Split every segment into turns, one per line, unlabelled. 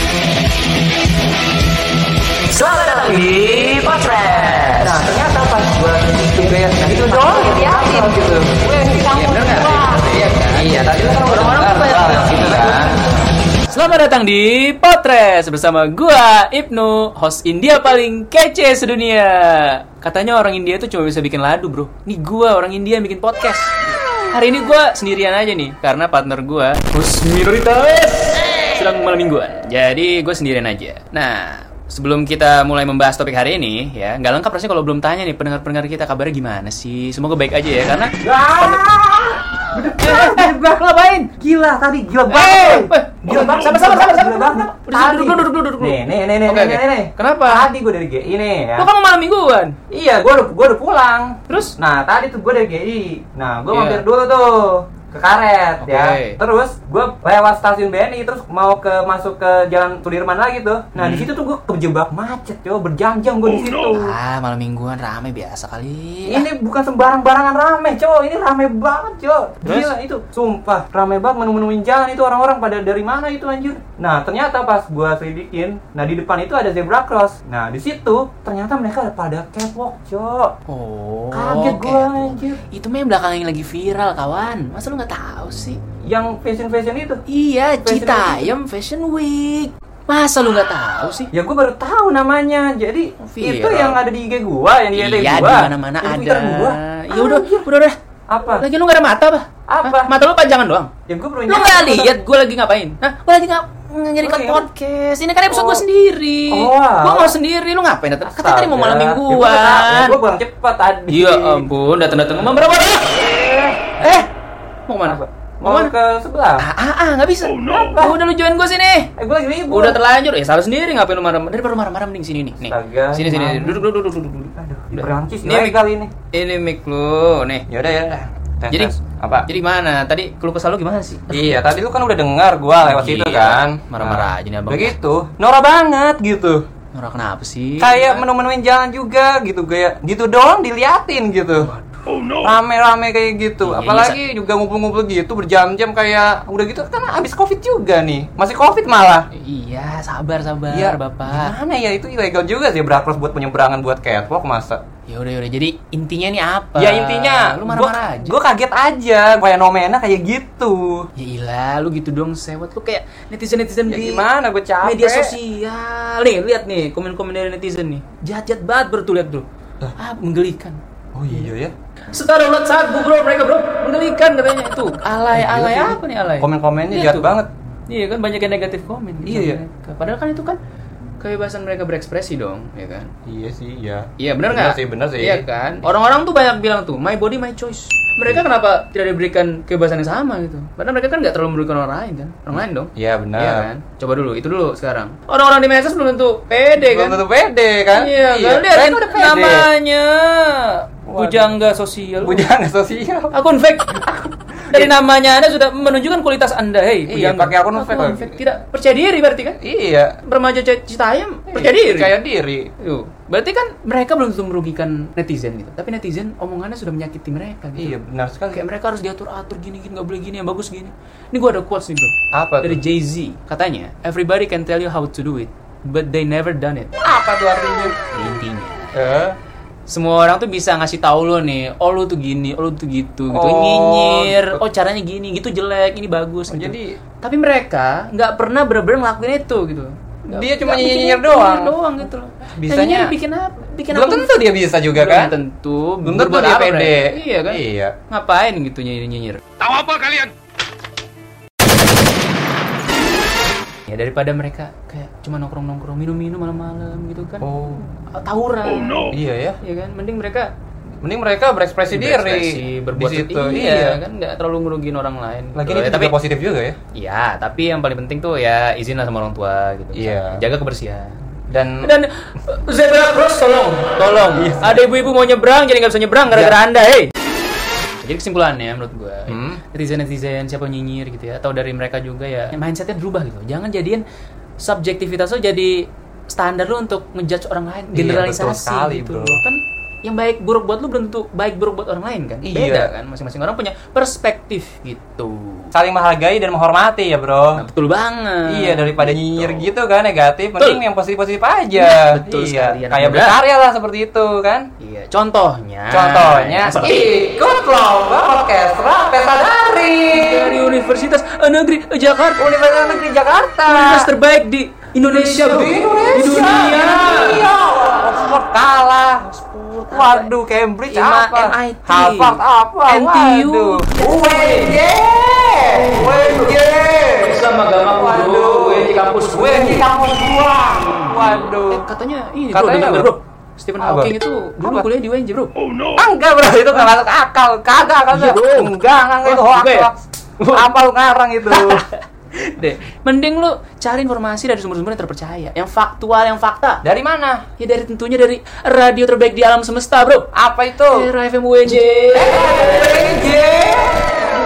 Nah,
gitu
Iya bener nggak?
iya kan
Iya tadi kan
orang-orang
udah
kan banyak
kelar
banget.
gitu kan.
Selamat datang di Potres bersama gua Ibnu, host India paling kece sedunia. Katanya orang India tuh cuma bisa bikin ladu, Bro. Nih gua orang India yang bikin podcast. Hari ini gua sendirian aja nih karena partner gua Husni Ritas sedang malam mingguan. Jadi gua sendirian aja. Nah, Sebelum kita mulai membahas topik hari ini ya, nggak lengkap rasanya kalau belum tanya nih pendengar-pendengar kita kabarnya gimana sih? Semoga baik aja ya karena
Gila ngapain? Gila tadi gila
Eh,
banget.
eh,
Gila banget.
sabar, sabar, sabar, sabar.
Gila banget.
Udah,
Tadi.
duduk dulu, duduk dulu, duduk dulu.
Nih, nih, nih, nih,
Oke,
nih,
oke.
nih, nih.
Kenapa?
Tadi gue dari GI nih ya.
Lo kan mau malam mingguan.
Iya, gue udah, gue udah pulang.
Terus?
Nah, tadi tuh gue dari GI. Nah, gue
Iya.
mampir dulu tuh ke karet
Oke.
ya. Terus gue lewat stasiun BNI terus mau ke masuk ke Jalan Sudirman lagi tuh. Nah,
Hmm.
di situ tuh gue kejebak macet, coba berjam-jam gue di situ.
Ah, malam mingguan rame biasa kali.
Iya. Ini bukan sembarang-barangan rame, cow. Ini rame banget, cow.
Terus?
Gila itu. Sumpah, rame banget menu-menuin jalan itu orang-orang pada dari mana itu anjir. Nah, ternyata pas gua selidikin, nah di depan itu ada zebra cross. Nah, di situ ternyata mereka pada catwalk, cow.
Oh,
Kaget gua,
catwalk.
anjir.
Itu mah yang belakangan yang lagi viral, kawan. Masa lu nggak tahu sih?
Yang fashion-fashion itu.
Iya,
Fashion
Citayam Fashion Week. Masa lu nggak tahu sih?
Ya gua baru tahu namanya. Jadi
Viral.
itu yang ada di IG gua, yang di
Iya,
IG
di
gua.
mana-mana
Yang di
ada.
Twitter
Ya
Gua.
udah,
Anjir,
udah, udah.
Apa?
Lagi lu nggak ada mata, apa?
Apa?
Hah? Mata lu panjangan doang.
Ya gua baru
Lu nggak lihat gue lagi ngapain? Hah? Gue lagi ngap nyari
Oh, iya.
podcast. Ini kan episode
Oh.
gue sendiri.
Oh,
Gue
wow.
mau sendiri. Lu ngapain? datang? Katanya Kan tadi mau malam
Astaga. Ya,
mingguan.
gua pulang cepat tadi.
Iya ampun, datang-datang emang berapa? Eh, mau mana?
Apa?
Mau
Mau
mana?
ke sebelah.
Ah, ah, ah, nggak bisa.
no.
Apa? Udah lu join gue sini.
Eh, gue lagi libur.
Udah terlanjur, ya salah sendiri ngapain lu marah-marah. Daripada marah-marah mending sini nih. Nih.
Astaga,
Sini sini.
gimana?
Duduk duduk duduk duduk. duduk.
Aduh, di
Udah.
Perancis
Ini
ini
mic-
kali ini.
Ini mic lu nih.
Ya udah ya udah. Tes,
Jadi
tes. apa?
Jadi mana? Tadi keluh kesah lu gimana sih?
Iya, tadi lu kan udah dengar gua lewat
Iya,
situ kan.
marah-marah aja nih abang.
Begitu. Nora banget gitu.
Nora kenapa sih?
Kayak menu-menuin jalan juga gitu kayak gitu doang diliatin gitu. Rame-rame kayak gitu.
Iya,
Apalagi juga ngumpul-ngumpul gitu berjam-jam kayak udah gitu kan abis Covid juga nih. Masih Covid malah.
Iya, sabar sabar
Iya,
bapak.
Gimana ya itu ilegal juga sih berakros buat penyeberangan buat catwalk masa.
Ya udah udah. Jadi intinya nih apa?
Ya intinya,
lu marah-marah aja.
Gue kaget aja, fenomena kayak gitu.
Ya ilah, lu gitu dong sewot lu kayak netizen-netizen gitu.
Ya
di
gimana, gue capek.
media sosial. Nih, lihat nih komen-komen dari netizen nih. Jahat-jahat banget bro tuh lihat bro. Ah, menggelikan.
Oh iya ya.
Setara ulat sagu bro mereka bro, menggelikan katanya. Tuh, alay-alay apa nih alay?
Komen-komennya
Lihat
jahat
tuh.
banget.
Iya kan banyak yang negatif komen. gitu
Iya, iya.
mereka. Padahal kan itu kan kebebasan mereka berekspresi dong, ya kan?
Iya sih, iya.
Iya benar
Bener
nggak?
sih, bener sih.
Iya kan. Orang-orang tuh banyak bilang tuh my body my choice.
Iya.
Mereka kenapa tidak diberikan kebebasan yang sama gitu? Padahal mereka kan nggak terlalu merugikan orang lain kan? Orang lain dong.
Iya benar.
Iya kan? Coba dulu, itu dulu sekarang. Orang-orang di medsos belum tentu pede kan?
Belum tentu pede kan?
Iya, kan? Lihat
mereka
itu
udah pede.
namanya
Waduh.
bujangga sosial.
Bujang sosial.
Akun fake. Dari namanya Anda sudah menunjukkan kualitas Anda, hei.
Iya,
bujangga.
pakai akun fake lagi.
Tidak percaya diri berarti kan?
Iya.
Remaja C- Citayam percaya diri.
Kayak diri.
Tuh. Berarti kan mereka belum tentu merugikan netizen gitu. Tapi netizen omongannya sudah menyakiti mereka gitu.
Iya, benar sekali.
Kayak mereka harus diatur-atur gini-gini, nggak boleh gini, yang bagus gini. Ini gua ada quotes nih bro.
Apa
Dari
tuh?
Jay-Z. Katanya, everybody can tell you how to do it, but they never done it.
Apa tuh artinya?
Intinya.
Eh,
Semua orang tuh bisa ngasih tahu lo nih, oh lo tuh gini, oh lo tuh gitu, gitu.
Oh,
nyinyir,
gitu.
oh caranya gini, gitu jelek, ini bagus.
Oh,
gitu.
jadi-
tapi mereka nggak pernah bener-bener ngelakuin itu gitu. Nggak-
Dia cuma
nggak bikin
nyinyir
itu,
doang.
nyinyir doang gitu loh.
Bisanya-
Nyinyir bikin apa? Bikin
Iya. belum
akun
tentu dia bisa juga
belum
kan?
tentu
Belum tentu
Berbuat
dia
apa,
pede.
Bre? iya kan
Iya.
ngapain gitu nyinyir nyinyir
Tahu apa kalian?
ya daripada mereka kayak cuma nongkrong nongkrong minum minum malam malam gitu kan
Oh,
tawuran
iya ya.
iya kan mending mereka
Mending mereka Kan berekspresi,
berekspresi,
diri
berbuat
di situ.
iya, kan nggak terlalu ngerugiin orang lain
Lagi
gitu.
ini
Ya, tapi
tapi positif juga ya.
iya tapi yang paling penting tuh ya izinlah sama orang tua gitu
Iya.
jaga kebersihan
Dan
dan uh, zebra cross tolong tolong
Iya.
ada ibu-ibu mau nyebrang jadi nggak bisa nyebrang gara-gara anda hei Ya. jadi kesimpulannya menurut gue
Hmm.
netizen netizen siapa nyinyir gitu ya atau dari mereka juga ya mindsetnya berubah gitu jangan jadiin subjektivitas lo jadi standar lo untuk ngejudge orang lain
Iya,
generalisasi
betul sekali,
gitu
bro.
loh. kan yang baik buruk buat lu belum tentu baik buruk buat orang lain kan
Iya.
beda kan masing-masing orang punya perspektif gitu
Saling menghargai dan menghormati ya bro.
Nah, betul banget
Iya daripada
Gitu.
nyinyir gitu kan negatif,
Betul.
mending yang positif-positif aja.
Betul
iya.
sekali, anak
Kayak
muda.
berkarya lah seperti itu kan.
Iya, contohnya.
Contohnya
seperti
ikut lomba orkestra pesta
dari
daring
Iya, Universitas Negeri Jakarta,
Universitas Negeri Jakarta.
universitas terbaik di Indonesia, bro.
Di
Di
Indonesia.
dunia.
Iya. Oxford kalah. Waduh, Cambridge
Ima-
apa?
MIT.
Harvard apa?
NTU.
Waduh. UNJ. UNJ.
Sama Gama
Waduh,
di kampus gue.
UNJ kampus gua. Waduh.
Eh, katanya ini
Katanya
bro, bener,
apa?
bro. Stephen
Apa?
Hawking itu dulu
Apa?
kuliah di UNJ, bro.
Ah, enggak bro, itu nggak masuk akal. Kagak,
Iya
kagak.
dong.
Enggak, enggak, enggak, itu
Wah,
hoax.
juga ya?
hoax. Apa lu ngarang itu?
Deh, mending lu cari informasi dari sumber-sumber yang terpercaya, yang faktual, yang fakta.
Dari mana?
Ya dari tentunya dari radio terbaik di alam semesta, bro.
Apa itu? Eh,
Era FM UNJ.
UNJ.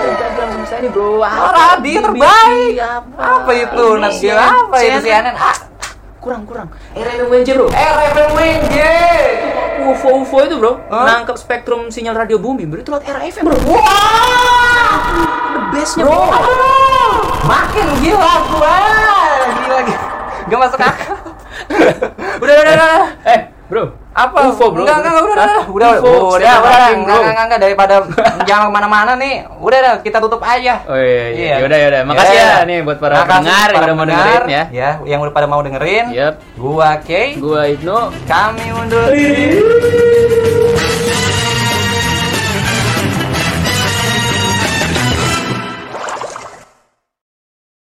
Instagram semesta ini bro
Oh,
apa
radio terbaik.
BBC,
Apa itu? Nah,
BBC,
dia apa itu CNN? Ah,
Iya.
eh,
kurang kurang RMWJ bro
RFM UNJ.
UFO UFO itu bro
Hah?
nangkap spektrum sinyal radio bumi bro itu lewat RFM bro
Wah!
the bestnya
Bro,
bro
aduh, makin gila gua. Gila, gila. Gak masuk akal. udah, udah, udah, udah.
eh bro
Apa?
UFO bro
Enggak, enggak, udah, udah, udah,
UFO,
udah, udah,
Stephen
udah,
Hawking,
enggak,
bro.
enggak, enggak, daripada jangan kemana-mana nih, udah, dah, kita tutup aja.
Oh iya, iya. Yaudah, yaudah. Makasih ya nih buat para
Iya. Makasih
pendengar yang
para
udah mau
pendengar,
dengerin ya. Iya.
Ya, yang udah pada mau dengerin.
Yep.
Gua Kay,
gua Ibnu
kami undur diri.